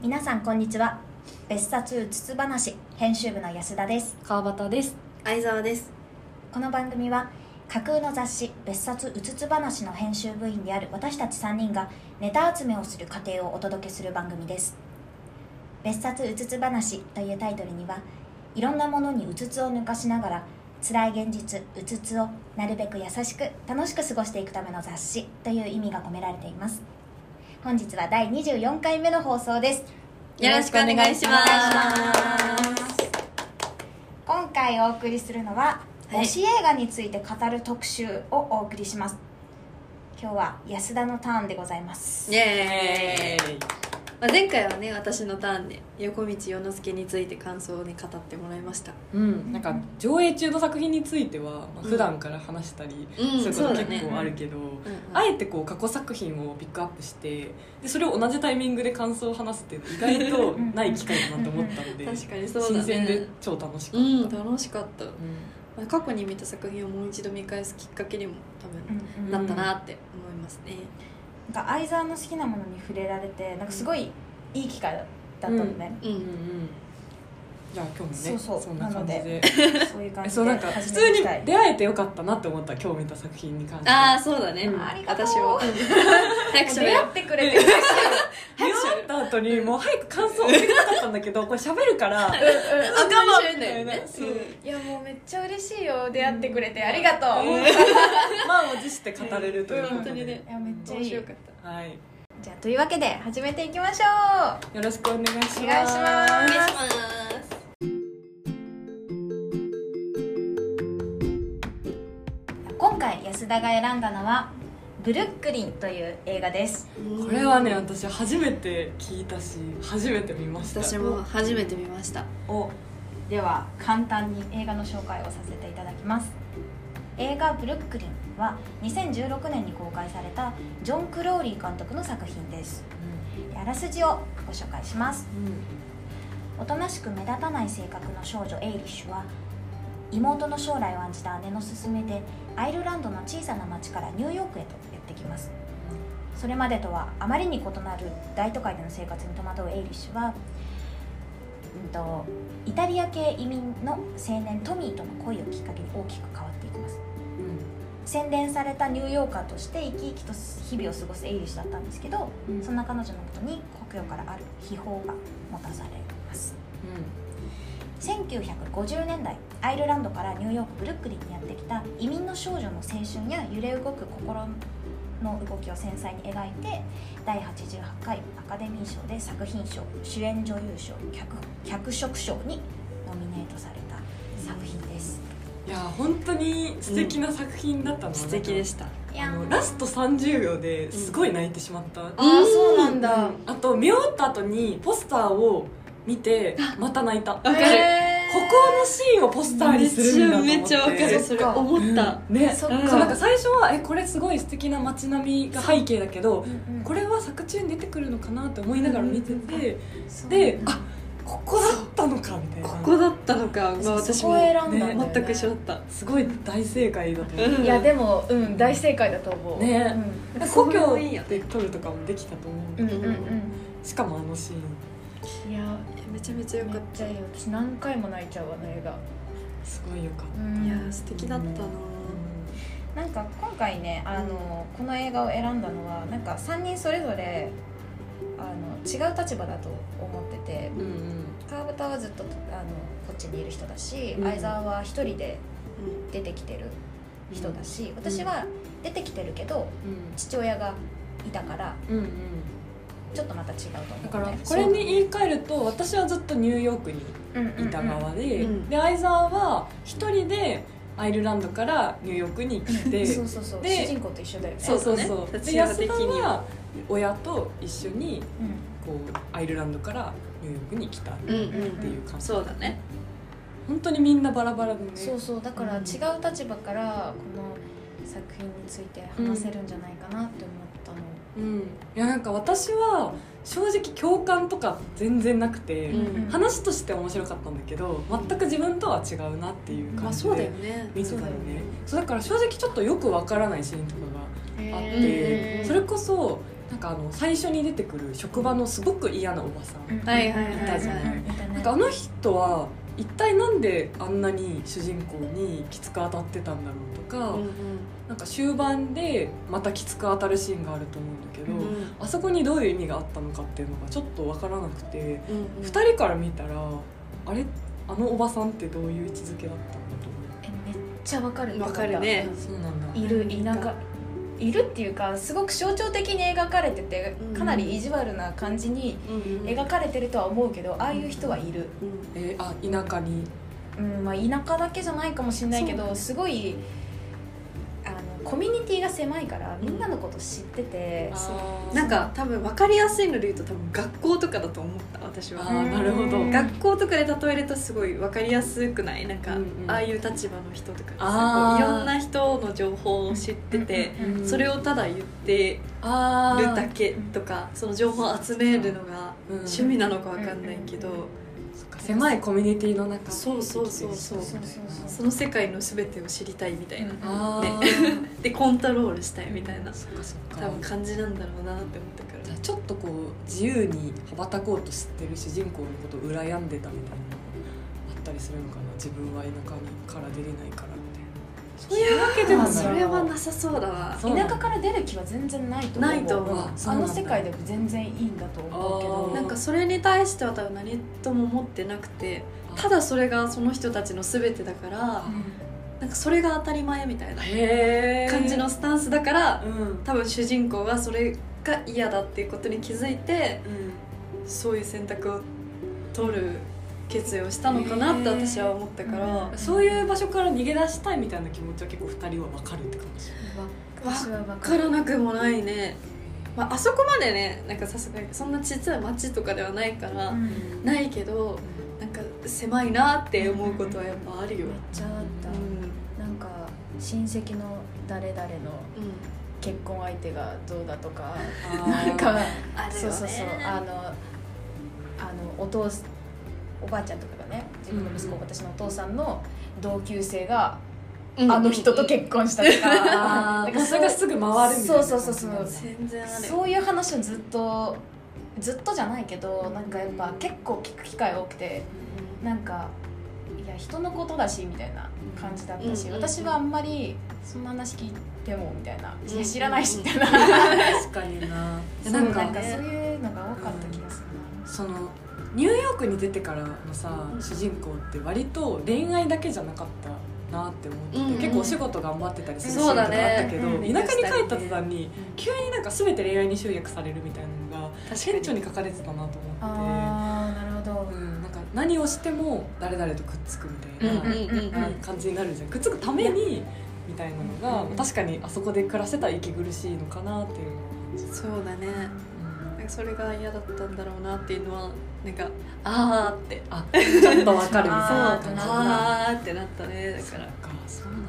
皆さんこんにちは別冊うつつ話編集部の安田です川端です相沢ですこの番組は架空の雑誌「別冊うつつ話」の編集部員である私たち3人がネタ集めをする過程をお届けする番組です「別冊うつつ話」というタイトルにはいろんなものにうつつを抜かしながら辛い現実うつつをなるべく優しく楽しく過ごしていくための雑誌という意味が込められています本日は第24回目の放送ですよろしくお願いします今回お送りするのは、はい推し映画について語る特集をお送りします今日は安田のターンでございますイエーイ、まあ、前回はね私のターンで横道世之助について感想をね語ってもらいましたうんなんか上映中の作品については、まあ、普段から話したり、うんそういうこそとうだね結構あるけど、うんうんあえてこう過去作品をピックアップしてでそれを同じタイミングで感想を話すっていうの意外とない機会だなと思ったので確かにそうだね新鮮で超楽しかうった、ん楽しかった、まうあ、過去に見た作品をもう一度見返すきっかけにも多うん分うんなったなって思いますね、なんか相沢の好きなものに触れられてなんかすごいいい機会だったのね、うんんうんうんじゃあ今日もねそうそうそんな感じなのでそういう感えじそうでなんか普始通めてにいきたい出会えてよかったなって思った今日見た作品に関してああそうだね、うんありがとう私も早くもうし出よ会ってくれて嬉しい見終わった後にもう早く感想を教えてなかったんだけどこれ喋 るからうあ我慢してんだよみたいねなそう いやもうめっちゃ嬉しいよ出会ってくれてありがとう、うんい満を持して語れるということ本当にでねやめっちゃ面いい白かったはいじゃあというわけで始めていきましょうよろしくお願いしますお願いしまおす願いします今回安田が選んだのは「ブルックリン」という映画ですこれはね私初めて聞いたし初めて見ました私も初めて見ましたをでは簡単に映画の紹介をさせていただきます映画「ブルックリン」は2016年に公開されたジョン・クローリー監督の作品ですあらすじをご紹介しますうんうんおとなしく目立たない性格の少女エイリッシュは妹の将来を案じた姉の勧めでアイルランドの小さな町からニューヨークへとやってきますそれまでとはあまりに異なる大都会での生活に戸惑うエイリッシュは、うん、とイタリア系移民の青年トミーとの恋をきっかけに大きく変わっていきます洗練されたニューヨーカーとして生き生きと日々を過ごすエイリッシュだったんですけど、うんそんな彼女のもとに故郷からある秘宝が持たされます1950年代アイルランドからニューヨークブルックリンにやってきた移民の少女の青春や揺れ動く心の動きを繊細に描いて第88回アカデミー賞で作品賞主演女優賞脚脚色賞にノミネートされた作品です。いや本当に素敵な作品だったの素敵でしたいあやのラスト30秒ですごい泣いてしまった、あーそうなんだ。うんあと見終わった後にポスターを見てまた泣いたここわのかるシーンをポスターにするんだと思ってめっちゃめっちゃわかるそれ思った、うんねそそっうかなんか最初はえこれすごい素敵な街並みが背景だけどうんうんこれは作中に出てくるのかなって思いながら見ててそうであここだったのかみたいなここだったのか、まあ、そう私そもこを選んだんだよねね全く一緒だったすごい大正解だと思うんいやでもうん大正解だと思う、うねう故郷で撮るとかもできたと思うんううんんうんしかもあのシーンいやめちゃめちゃよめかっっちたゃいいよ私何回も泣いちゃうわの映画すごいよかったいやー素敵だったななんか今回ねあの、この映画を選んだのはなんか3人それぞれあの違う立場だと思っててうんうん川端はずっとあのこっちにいる人だし、うん相沢は1人で出てきてる人だし、私は出てきてるけど父親がいたからうんうんちょっとまた違うと思ってだからこれに言い換えると私はずっとニューヨークにいた側で、うんうんで相沢は一人でアイルランドからニューヨークに来てそうそそうそうで主人公と一緒だよねうそうねそう、で立場安的には田は親と一緒にうんこうアイルランドからニューヨークに来たっうんうんていう感じ、そうだね本当にみんなバラバラでねそうそうだから違う立場からこの作品について話せるんじゃないかなって思ったの、うん、いやなんか私は正直共感とか全然なくて、うんうん話としては面白かったんだけど全く自分とは違うなっていう感じで、まあそうだよね見てたのねそうだから正直ちょっとよくわからないシーンとかがあって、へーそれこそなんかあの最初に出てくる職場のすごく嫌なおばさん、うんはいはいはいいたじゃはないいなんかあの人は一体なんであんなに主人公にきつく当たってたんだろうとか、うんなんか終盤でまたきつく当たるシーンがあると思うんだけど、うんうんあそこにどういう意味があったのかっていうのがちょっと分からなくて、うんうん二人から見たらあれあのおばさんってどういう位置づけだったんだと思えめっちゃわかるわかるねうんうそうなんだいるいなんかいるっていうかすごく象徴的に描かれててうんかなり意地悪な感じにうんうん描かれてるとは思うけどああいう人はいる、うんえーあ田舎にうんまあ、田舎だけじゃないかもしれないけどすごいあのコミュニティが狭いからみんなのこと知ってて、あーなんか多分分かりやすいので言うと多分学校とかだと思った私あはーなるほどうん学校とかで例えるとすごい分かりやすくないなんか、うんうんああいう立場の人とかあさーこういろんな人の情報を知ってて、うんうんそれをただ言ってるあーだけとかその情報を集めるのがうん趣味なのか分かんないけど、うんうんそっか狭いコミュニティの中そうそうそうそうそうそうそうその世界の全てを知りたいみたいな、うんああ、でコントロールしたいみたいなそっかそっか多分感じなんだろうなって思ったからじゃあちょっとこう自由に羽ばたこうとしてる主人公のことを羨んでたみたいなのあったりするのかな自分は田舎にから出れないからみたいなそういうわけででももないそそれれははなさそうだわそう田舎から出る気は全然ないと思うないと思うわそうあなんだの世界でも全然いいんだと思うけあーどなんかそれに対しては多分何とも思ってなくてあただそれがその人たちの全てだからなんかそれが当たり前みたいなへー感じのスタンスだからうん、うん多分主人公はそれが嫌だっていうことに気づいてそういう選択を取る決意をしたのかなって私は思ったからうんそういう場所から逃げ出したいみたいな気持ちは結構二人は分かるって感じ私はわ分からなくもないね、まああそこまでねなんかさすがにそんなちっちゃい町とかではないから、うんめっないけどなんか狭いなって思うことはやっぱあるよ、ちゃあっうた、んなんか親戚の誰々のうん結婚相手がどうだとかあーなんかあるよねそうそうそうあのあのお父すおばあちゃんとかがね自分の息子、うん私のお父さんの同級生が、うんあの人と結婚したと か あなんーかもうそれがすぐ回るみたいな感じなんだそうそうそうそう全然あるそういう話をずっとずっとじゃないけどなんかやっぱ結構聞く機会多くてなんかいや人のことだしみたいな感じだったし、うんうん私はあんまりそんな話聞いてもみたいな、んいや知らないしみたいな、 確かになそうななんんかかねそういうのが多かった気がするそのニューヨークに出てからのさ、うん主人公って割と恋愛だけじゃなかったなって思ってて、うんうん結構お仕事頑張ってたりするシーンそうとかあだっねたけど、うん田舎に帰った途端にうん急になんか全て恋愛に集約されるみたいなのが確顕か著にに書かれてたなとな、思あーなるほって、どうん、なんか何をしても誰々とくっつくみたいな、うんうんうんなんか感じになるじゃんくっつくためにみたいなのが、うん確かにあそこで暮らせたら息苦しいのかなっていうのそうだねは、なんかそれが嫌だったんだろうなっていうのはなんかあーってあちょっとわかるみたいなあ感ーじだあーってなったねだそかっらかそうなんだ、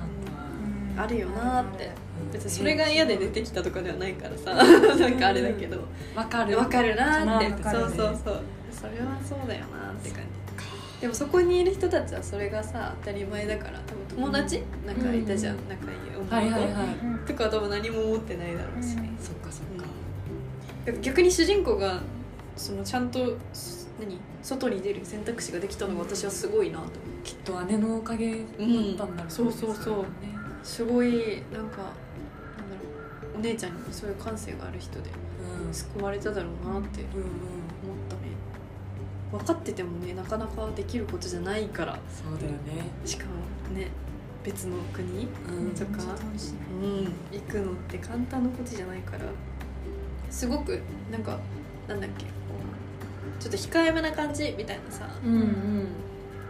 うんあるよなーってうん別にそれが嫌で出てきたとかではないからさ なんかあれだけどわかるわかるなーっわてかそるうねそうそうそれはそうだよなーって感じでもそこにいる人たちはそれがさ当たり前だから多分友達なんかいたじゃんうん仲いい女はいはいのはい、うん子とかは多分何も思ってないだろうしねそっかそっか、でも逆に主人公がそのちゃんとす何外に出る選択肢ができたのが私はすごいなと思うきっと姉のおかげだったんだろうね、うんそうそうそうれはねすごいなんかなんだろうお姉ちゃんにもそういう感性がある人でうん救われただろうなってうんうん思ったね分かっててもねなかなかできることじゃないからそうだよねしかもね別の国、うんそっかうん、行くのって簡単なことじゃないからすごくなんかなんだっけこうちょっと控えめな感じみたいなさうんうん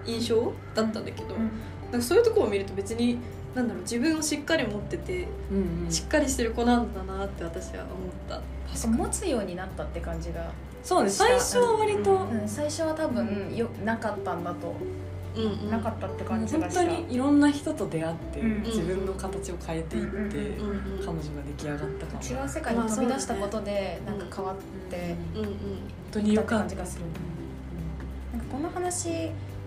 印象だったんだけど、うんなんかそういうところを見ると別になんだろう自分をしっかり持っててうんうんしっかりしてる子なんだなって私は思ったそう持つようになったって感じが、そうね最初は割と、うんうん、最初は多分よなかったんだと、うんうんなかったって感じ本がし当たにいろんな人と出会って、うん自分の形を変えていって、うんうんうん彼女が出来上がったかも違う世界に飛び出したことでなんか変わってうんうんうん本当によかった感じがするなんかこの話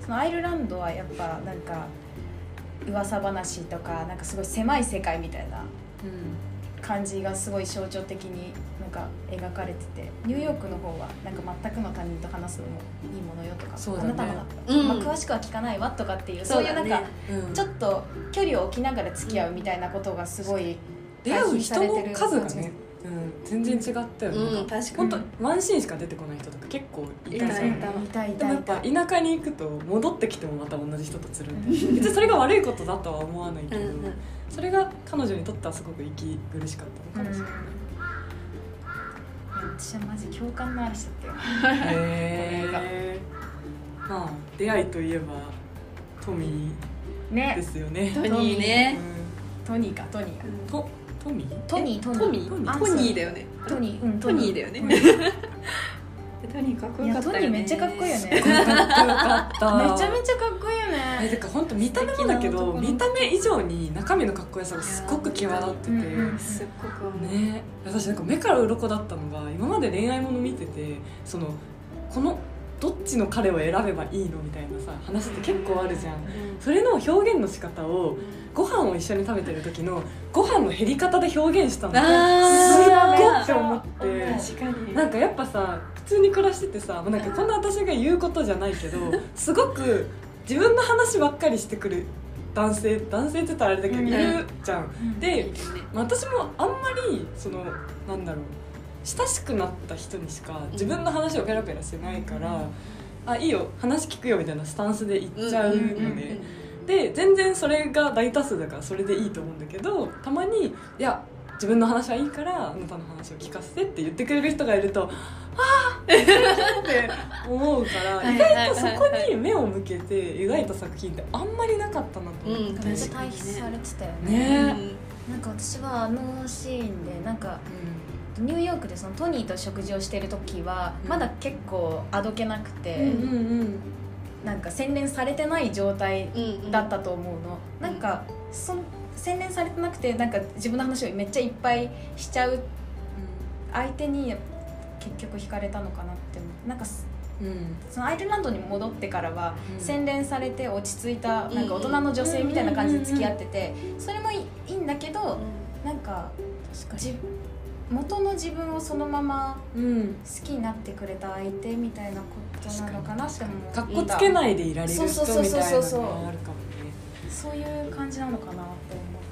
そのアイルランドはやっぱなんか噂話とかなんかすごい狭い世界みたいなうん感じがすごい象徴的になんか描かれててニューヨークの方はなんか全くの他人と話すのもいいものよとか、そうだあねなたの、うんまあ、詳しくは聞かないわとかっていうそそうういだうなんねかうんちょっと距離を置きながら付き合うみたいなことがすごい出会う人の数がね、うん、全然違ったよね、うんなんか確か本に当ワンシーンしか出てこない人とか結構いいたたじゃいんた痛いで痛もやいっ痛ぱい田舎に行くと戻ってきてもまた同じ人とつるんで別にそれが悪いことだとは思わないけうど、んうんそれが彼女にとってはすごく息苦しかったのかもしれない、いや私はマジ共感の嵐だったよへーまあ出会いといえばトミーでねすよね、トニーねトニーかトニーかうんとトミートニートニートミーあトニーだよねトニーうんトトニニーーだよねトニーかっこいよかやったトよニねーめっちゃかっこいいよねめ ちかっこよかったゃ めちゃかっこいいよえねてか本当見た目もだけど見た目以上に中身のかっこよさがすごく際立ってて、うんうんすっごく思うね私なんか目から鱗だったのが今まで恋愛もの見ててそのこのどっちの彼を選べばいいのみたいなさ話って結構あるじゃんそれの表現の仕方をご飯を一緒に食べてる時のご飯の減り方で表現したのすっごいって思って確かになんかやっぱさ普通に暮らしててさもうなんかこんな私が言うことじゃないけどすごく自分の話ばっかりしてくる男性男性って言ったらあれだけどうんいるじゃん。いいでねまあ私もあんまりそのなんだろう親しくなった人にしか自分の話をペラペラしてないから、あいいよ話聞くよみたいなスタンスで言っちゃうのね、んんんんで全然それが大多数だからそれでいいと思うんだけどたまにいや自分の話はいいからあなたの話を聞かせてって言ってくれる人がいるとああって思うから意外とそこに目を向けて描いた作品ってあんまりなかったなと思って、うんめっちゃ対比されてたよねねなんか私はあのシーンでなんかニューヨークでそのトニーと食事をしてる時はうんまだ結構あどけなくて、うんうんうんなんか洗練されてない状態うんだったと思うの、なんかその洗練されてなくてなんか自分の話をめっちゃいっぱいしちゃう相手に結局惹かれたのかなって思うなんかそうんうんそのアイルランドに戻ってからはうん洗練されて落ち着いたうんなんか大人の女性みたいな感じで付き合っててそれもいいいいんだけどなんかじ元の自分をそのままうん好きになってくれた相手みたいなことなのかなって思うかっこつけいないでいられる人みたいなのそうがそうそうそうあるかもねそういう感じなのかなって思っ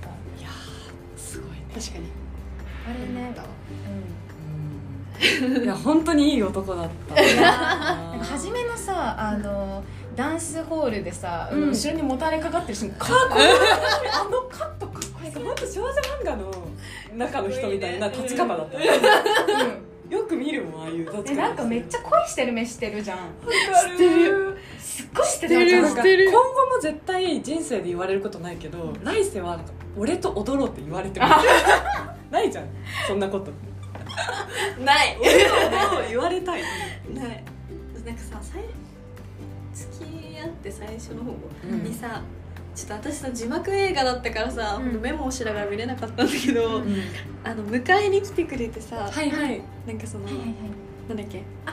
たいやーすごいね確かにあれねうんいや本当にいい男だった。うんいやななんんかか初初めめのさあのダンスホールでさ、うん後ろにもたれかかってる人もかっこあのカットかっこいい。本当少女漫画の中の人みたいな立ち方だった。いいよく見るもんああいう立ちえ方。なんかめっちゃ恋してる目してるじゃん知ってる。すっごいしてたじ知ってゃるんなんなんかかてる今後も絶対人生で言われることないけど、来世はなんか俺と踊ろうって言われて る。ないじゃん。そんなこと。ない 俺と踊ろう言われたい。ないなんかさ最付き合って最初の方うんにさ、ちょっと私の字幕映画だったからさ、うんメモをしながら見れなかったんだけど、うんあの迎えに来てくれてさ、はいはい。なんかその、はいはいなんだっけあ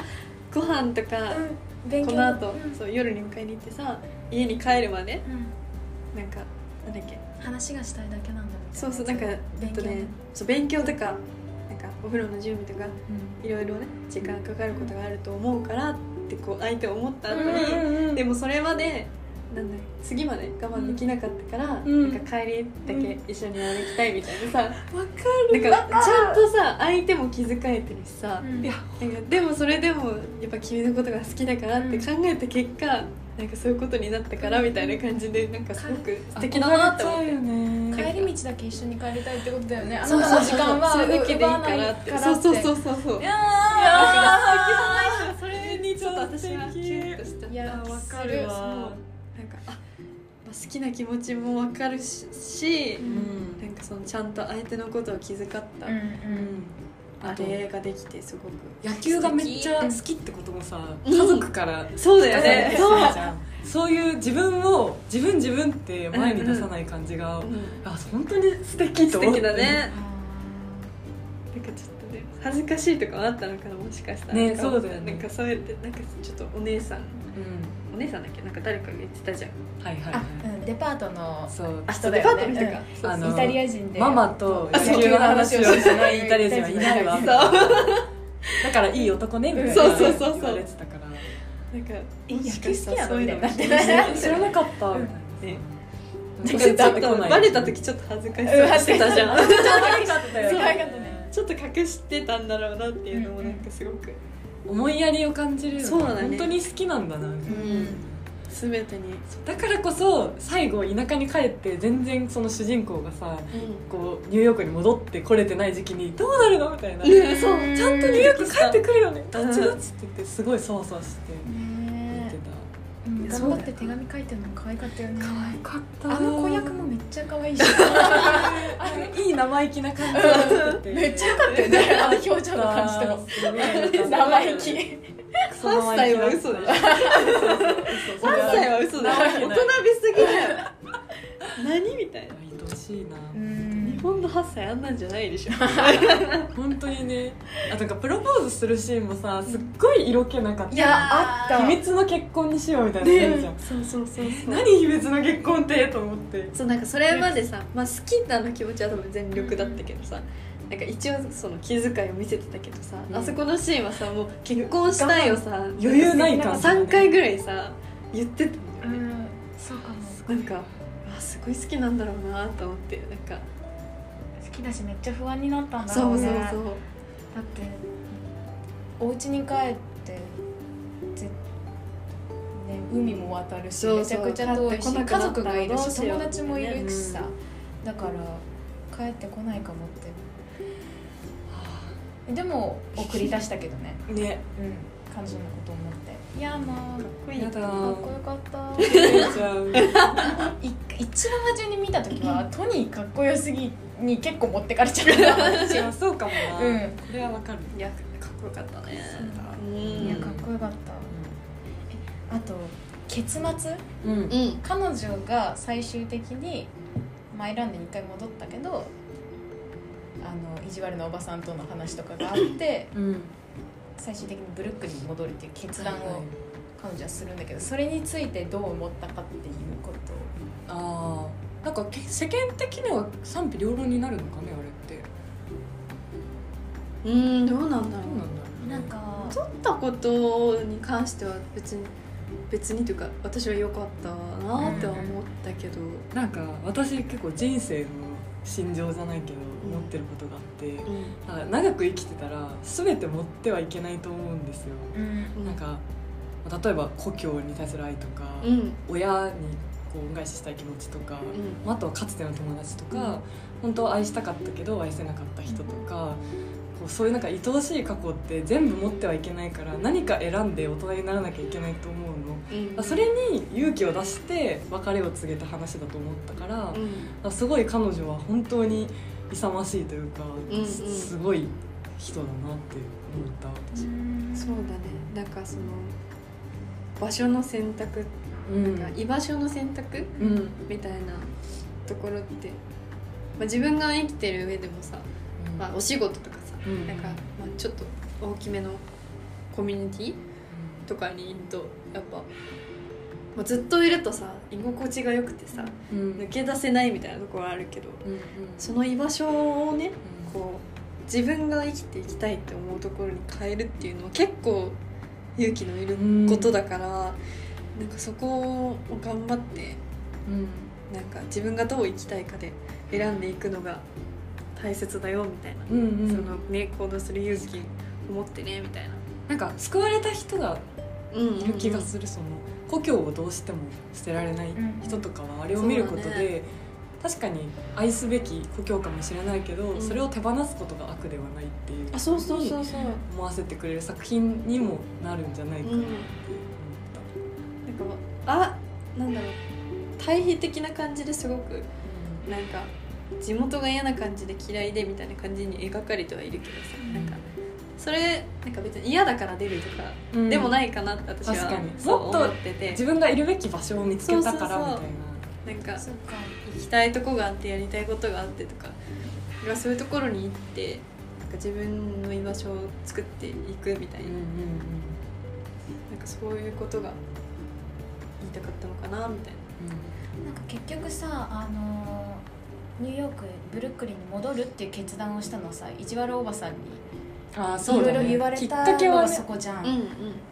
ご飯とか、はい、うん、勉強この後、うんそう夜に迎えに行ってさ家に帰るまでうんなんかなんだっけ話がしたいだけなんだみたいなそうそうなんか勉勉強強,、ね、そう勉強とかなんかお風呂の準備とかいろいろね時間かかることがあると思うからってこう相手思った後に、うんでもそれまでなんだ次まで我慢できなかったから、うんなんか帰りだけ一緒に歩きたいみたいなさ、わかなんかちゃんとさ相手も気遣えてるしさ、うんいやなんかでもそれでもやっぱ君のことが好きだからって考えた結果、なんかそういうことになったからみたいな感じでなんかすごく素敵だなって思って。よね帰り道だけ一緒に帰りたいってことだよねあなたそうの時間はそうそうそれだけでいい奪わかないらかってらそうってそうそうそうそいうだやからさっきの話それにちょっと私は素キ敵ュンとしちゃったいやわかるわなんかあ、まあ、好きな気持ちもわかるししう、んなんかそのちゃんと相手のことを気遣った、うんうんあれができてすごく野球がめっちゃ好きってこともさ家族からそうだ出よされねてそう、たじゃんそういう自分を自分自分って前に出さない感じが、うんあ本当に素敵と素思って敵だねあなんかちょっとね恥ずかしいとかもあったのかなもしかしたらなねんかそうだよねなんかそうやってなんかちょっとお姉さんうんお姉さんだっけなんか誰かが言ってたじゃんはいはいあは、うん、デパートのいそうあ人だよねデパートの人かうんそうそうあのイタリア人でママと野球の話をしないイタリア人はいないわそう だからいい男ねみたいなそうそうそうそう言われてたからなんかえ野球好きなそのうみいたいうにのなっもてない知らなかったみたいねななんかちょっ直接会てこなといバレた時ちょっと恥ずかしうそんうしてたじゃん知らなかったよ知らなかった ねちょっと隠してたんだろうなっていうのもなんかすごく思いやりを感じるよねそうだね本当に好きなんだなみたいな全てにだからこそ最後田舎に帰って全然その主人公がさこうニューヨークに戻ってこれてない時期にどうなるのみたいな、うんちえそうゃんとニューヨーク帰ってくるよねどうんっちどっちって言ってすごいそわそわして言っねてたえうんそ頑張うだっよて手紙書いてるの可愛かったよねかったあの子役もめっちゃ可愛い しあのいい生意気な感じが出ててめっちゃ良かったよねあの表情の感じとかすごい良かった 生意気クソ8生意歳気は だった嘘だよそうそう8歳は嘘だなわけよ大人ないびすぎだよ何みたいな愛しいなうん日本の8歳あんなんじゃないでしょ 本当にねあとなんかプロポーズするシーンもさすっごい色気なかったいやあった秘密の結婚にしようみたいなやつじゃん、そうそうそうそう何秘密の結婚ってと思ってそうなんかそれまでさ、まあ、好きなの気持ちは多分全力だったけどさなんか一応その気遣いを見せてたけどさ、うんあそこのシーンはさもう結婚したいをさ余裕ないなん感か3回ぐらいさ言ってたんだうよね、んそうかもなんかあすごい好きなんだろうなと思ってなんか好きだしめっちゃ不安になったんだろそううねそうそだっうてお家に帰ってぜ、ね、海も渡るしそうめちゃそうくちゃ遠いし帰ってこ家なくなったら族がいるどうししよ友う達もいるしさ、ねだから帰ってこないかもってでも送り出したけど ね、ねうん、彼女のこと思っていやまあこれやだかっこよかった照れちゃう い一番初に見た時 はトニーかっこよすぎに結構持ってかれちゃ ったいやそうかもな、うんこれはわかるいやかっこよかったねうんいやかっこよかったあと結末うん、うんうん彼女が最終的にマイランドに一回戻ったけどあの意地悪なおばさんとの話とかがあっ てうん、最終的にブルックリンに戻るっていう決断を彼女はするんだけどそれについてどう思ったかっていうことああなんかけ世間的には賛否両論になるのかねあれっうてんどうなんだろうどうなんだろうねなんか撮ったことに関しては別に別にというか私は良かったなっては思ったけど、なんか私結構人生の心情じゃないけどうん思ってることがあって、うなんか長く生きてたら全て持ってはいけないと思うんですよ、うんん、なんか例えば故郷に対する愛とか、うんうん親にこう恩返ししたい気持ちとか、あとはかつての友達とか、本当は愛したかったけど愛せなかった人とか、こうそういうなんか愛おしい過去って全部持ってはいけないから何か選んで大人にならなきゃいけないと思うの、うんそれに勇気を出して別れを告げた話だと思ったから、うんあすごい彼女は本当に勇ましいというか、うんうんすすごい人だなって思った私、そうだねなんかその場所の選択うんとか居場所の選択うんみたいなところって、まあ、自分が生きてる上でもさ、まあ、お仕事とかさうんなんか、まあ、ちょっと大きめのコミュニティとかにいるとやっぱ、まあ、ずっといるとさ居心地が良くてさうんうん抜け出せないみたいなところはあるけどうんうんその居場所をねうんこう自分が生きていきたいって思うところに変えるっていうのは結構勇気のいることだから、なんかそこを頑張ってうんなんか自分がどう生きたいかで選んでいくのが大切だよみたいな、うんうんそのね行動する勇気を持ってねみたいな。なんか救われた人がうんうんいる気がする、その故郷をどうしても捨てられない人とかはあれを見ることで、そうだね確かに愛すべき故郷かもしれないけど、んそれを手放すことが悪ではないっていうあそうそうそうそう、思わせてくれる作品にもなるんじゃないかなって思った。なんかあなんだろう対比的な感じですごくなんか地元が嫌な感じで嫌いでみたいな感じに描かれてはいるけどさ、なんかそれなんか別に嫌だから出るとか、うんでもないかなって私確はかにそうもっと思ってて自分がいるべき場所を見つけたからそうそうみたいそうなんかそうか行きたいとこがあってやりたいことがあってとかそういうところに行ってなんか自分の居場所を作っていくみたいな,、な。なんかそういうことが言いたかったのかなみたいななんか結局さあのニューヨークブルックリンに戻るっていう決断をしたのはさ意地悪おばさんにああそいうろだいろね言われきったかけのはがねそこじゃん、うん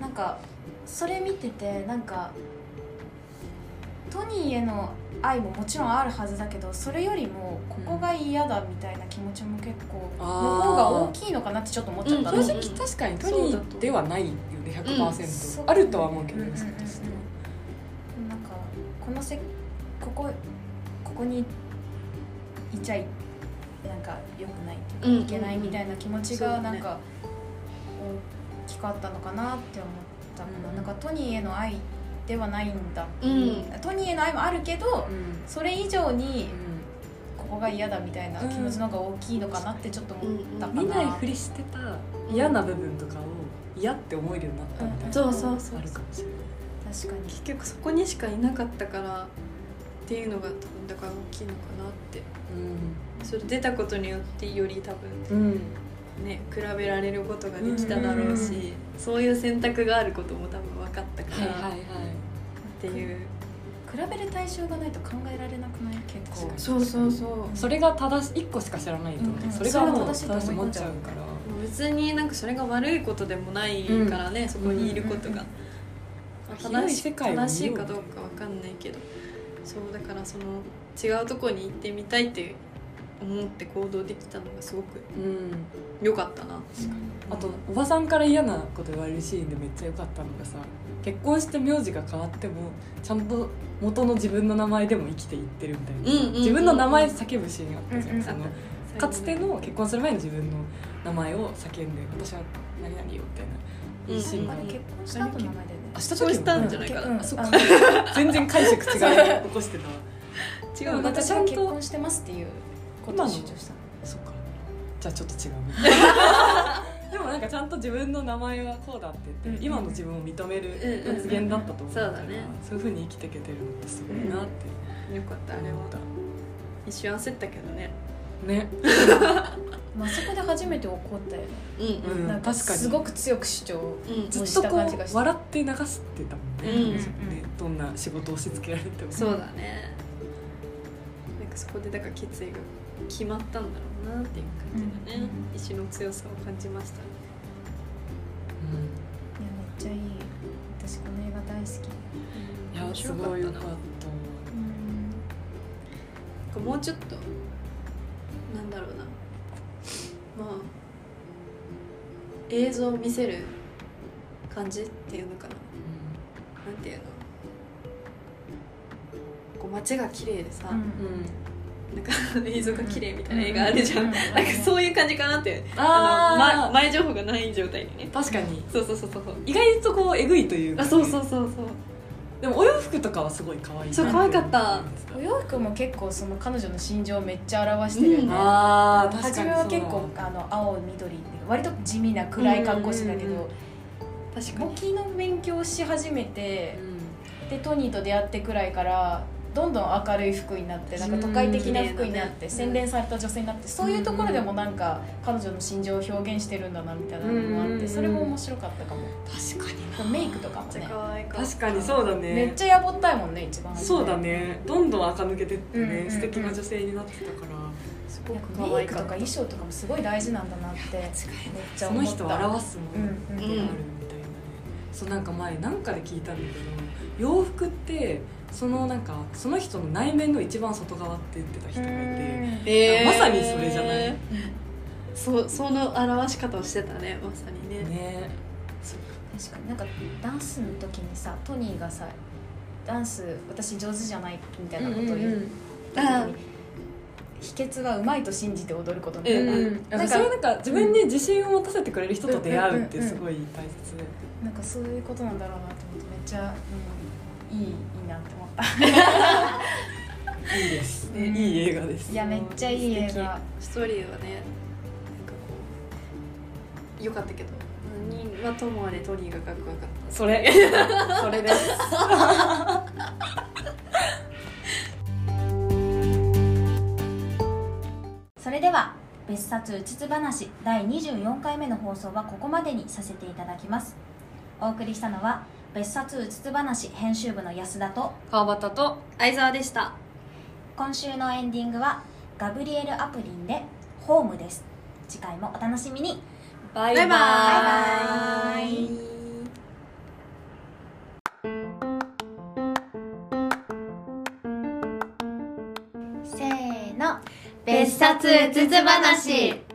なんかそれ見ててなんかトニーへの愛ももちろんあるはずだけどそれよりもここが嫌だみたいな気持ちも結構あのー方が大きいのかなってちょっと思っちゃったの、うん正直確かにトニーではないよね100%、うんあるとは思うけど、うんうんうんそうですねなんかこのせここここにいちゃいなんか良くないっていうかいけないみたいな気持ちがうんうんうんなんか大きかったのかなって思ったかな,、うんなんかトニーへの愛ではないんだ、うんトニーへの愛もあるけどそれ以上にここが嫌だみたいな気持ちの方が大きいのかなってちょっと思ったかな、見ないふりしてた嫌な部分とかを嫌って思えるようになったみたいな、そうそうそうあるかもしれない確かに結局そこにしかいなかったからっていうのが多分だから大きいのかなってそれ出たことによってより多分うん、うん、ね比べられることができただろうし、そういう選択があることも多分分かったかはいはいらはっいていう、比べる対象がないと考えられなくない結構そうそうそうもそれが正し1個しか知らないと、うんうんそれがもう正しそれはい正としいと思思っっちちゃゃううからう別になんかそれが悪いことでもないからね、そこにいることが、うん正し広い世界を見よう正しいかどうか分かんないけどそうだからその違うとこに行ってみたいって思って行動できたのがすごくうん良かったなあとおばさんから嫌なこと言われるシーンでめっちゃ良かったのがさ結婚して名字が変わってもちゃんと元の自分の名前でも生きていってるみたいな、うんうんうん自分の名前叫ぶシーンがあったじゃうん、んうんそのかつての結婚する前の自分の名前を叫んで「私は何々よ」みたいないいシーンがああれっ結て、婚した後の名前だよねあしそうしたんじゃないかうな、んそっあかの全然解釈違う起こしてたわ違でもうなんか私ちはゃん結と婚してますっていうことを主張したのそっかじゃあちょっと違うでもなんかちゃんと自分の名前はこうだって言って、うん今の自分を認めるうんうん発言だったと思うから、そうだねそういうふうに生きていけてるのってすごいなってよかったあれは思った、一瞬焦ったけどねねまあそこで初めて怒ったよね、うんうんなんか確かにすごく強く主張うんず押っとこした感じがしうた笑って流してたもんね,、うんうんうんねどんな仕事を押し付けられてもそうだねなんかそこでだから決意が決まったんだろうなっていう感じだね、意志の強さを感じましたねういやめっちゃいい私この映画大好きんいや面す白かっごいよかたっなたうんなんかもうちょっとなんだろうなまあ映像を見せる感じっていうのかななんていうのこう街が綺麗でさ、うん、うんなんか映像が綺麗みたいな映画あるじゃうん、んうんなんかそういう感じかなってあの、ま、あー、前情報がない状態にね確かにそうそうそうそう意外とこうえぐいというかあねそうそうそうそうでもお洋服とかはすごい可愛いなそう可愛かったお洋服も結構その彼女の心情をめっちゃ表してるようんね、あー確か初にめは結構あの青緑割と地味な暗い格好してたけど、うんうんうん確か簿に記の勉強をし始めてう、んでトニーと出会ってくらいからどんどん明るい服になってなんか都会的な服になって、うん洗練された女性になってそういうところでもなんか彼女の心情を表現してるんだなみたいなのもあって、うんそれも面白かったかも、確かにメイクとかもめっちゃね可愛かった確かにそうだねめっちゃやぼったいもんね一番初めそうだねどんどん垢抜けてってね、うんうんうん素敵な女性になってたからすなごんくか可メ愛イクとかかっ衣た装とかもすごい大事なんだなってめっちゃそ思のった人を表すもうんうのんがあるみたいなね、そうなんか前なんかで聞いたんだけど洋服ってそのなんかその人の内面の一番外側って言ってた人がいてえーまさにそれじゃないそうその表し方をしてたねまさにねね確かになんかダンスの時にさトニーがさダンス私上手じゃないみたいなことを言ってあー秘訣はうまいと信じて踊ることみたういんな,、うん、なんかそれはなんか自分に自信を持たせてくれる人と出会うってすごい大切で、なんかそういうことなんだろうなと思ってめっちゃ、うん、いいいいなって思ったいいです、うんいい映画で すいやめっちゃいい映画ストーリーはねなんかこうよかったけど何はともあれトニーがかっこよかった それそれですそれでは別冊うつつ話第24回目の放送はここまでにさせていただきますお送りしたのは別冊うつつ話編集部の安田と川端と相沢でした今週のエンディングはガブリエル・アプリンで「ホーム」です次回もお楽しみにババイバイバイせーの別冊うつつ話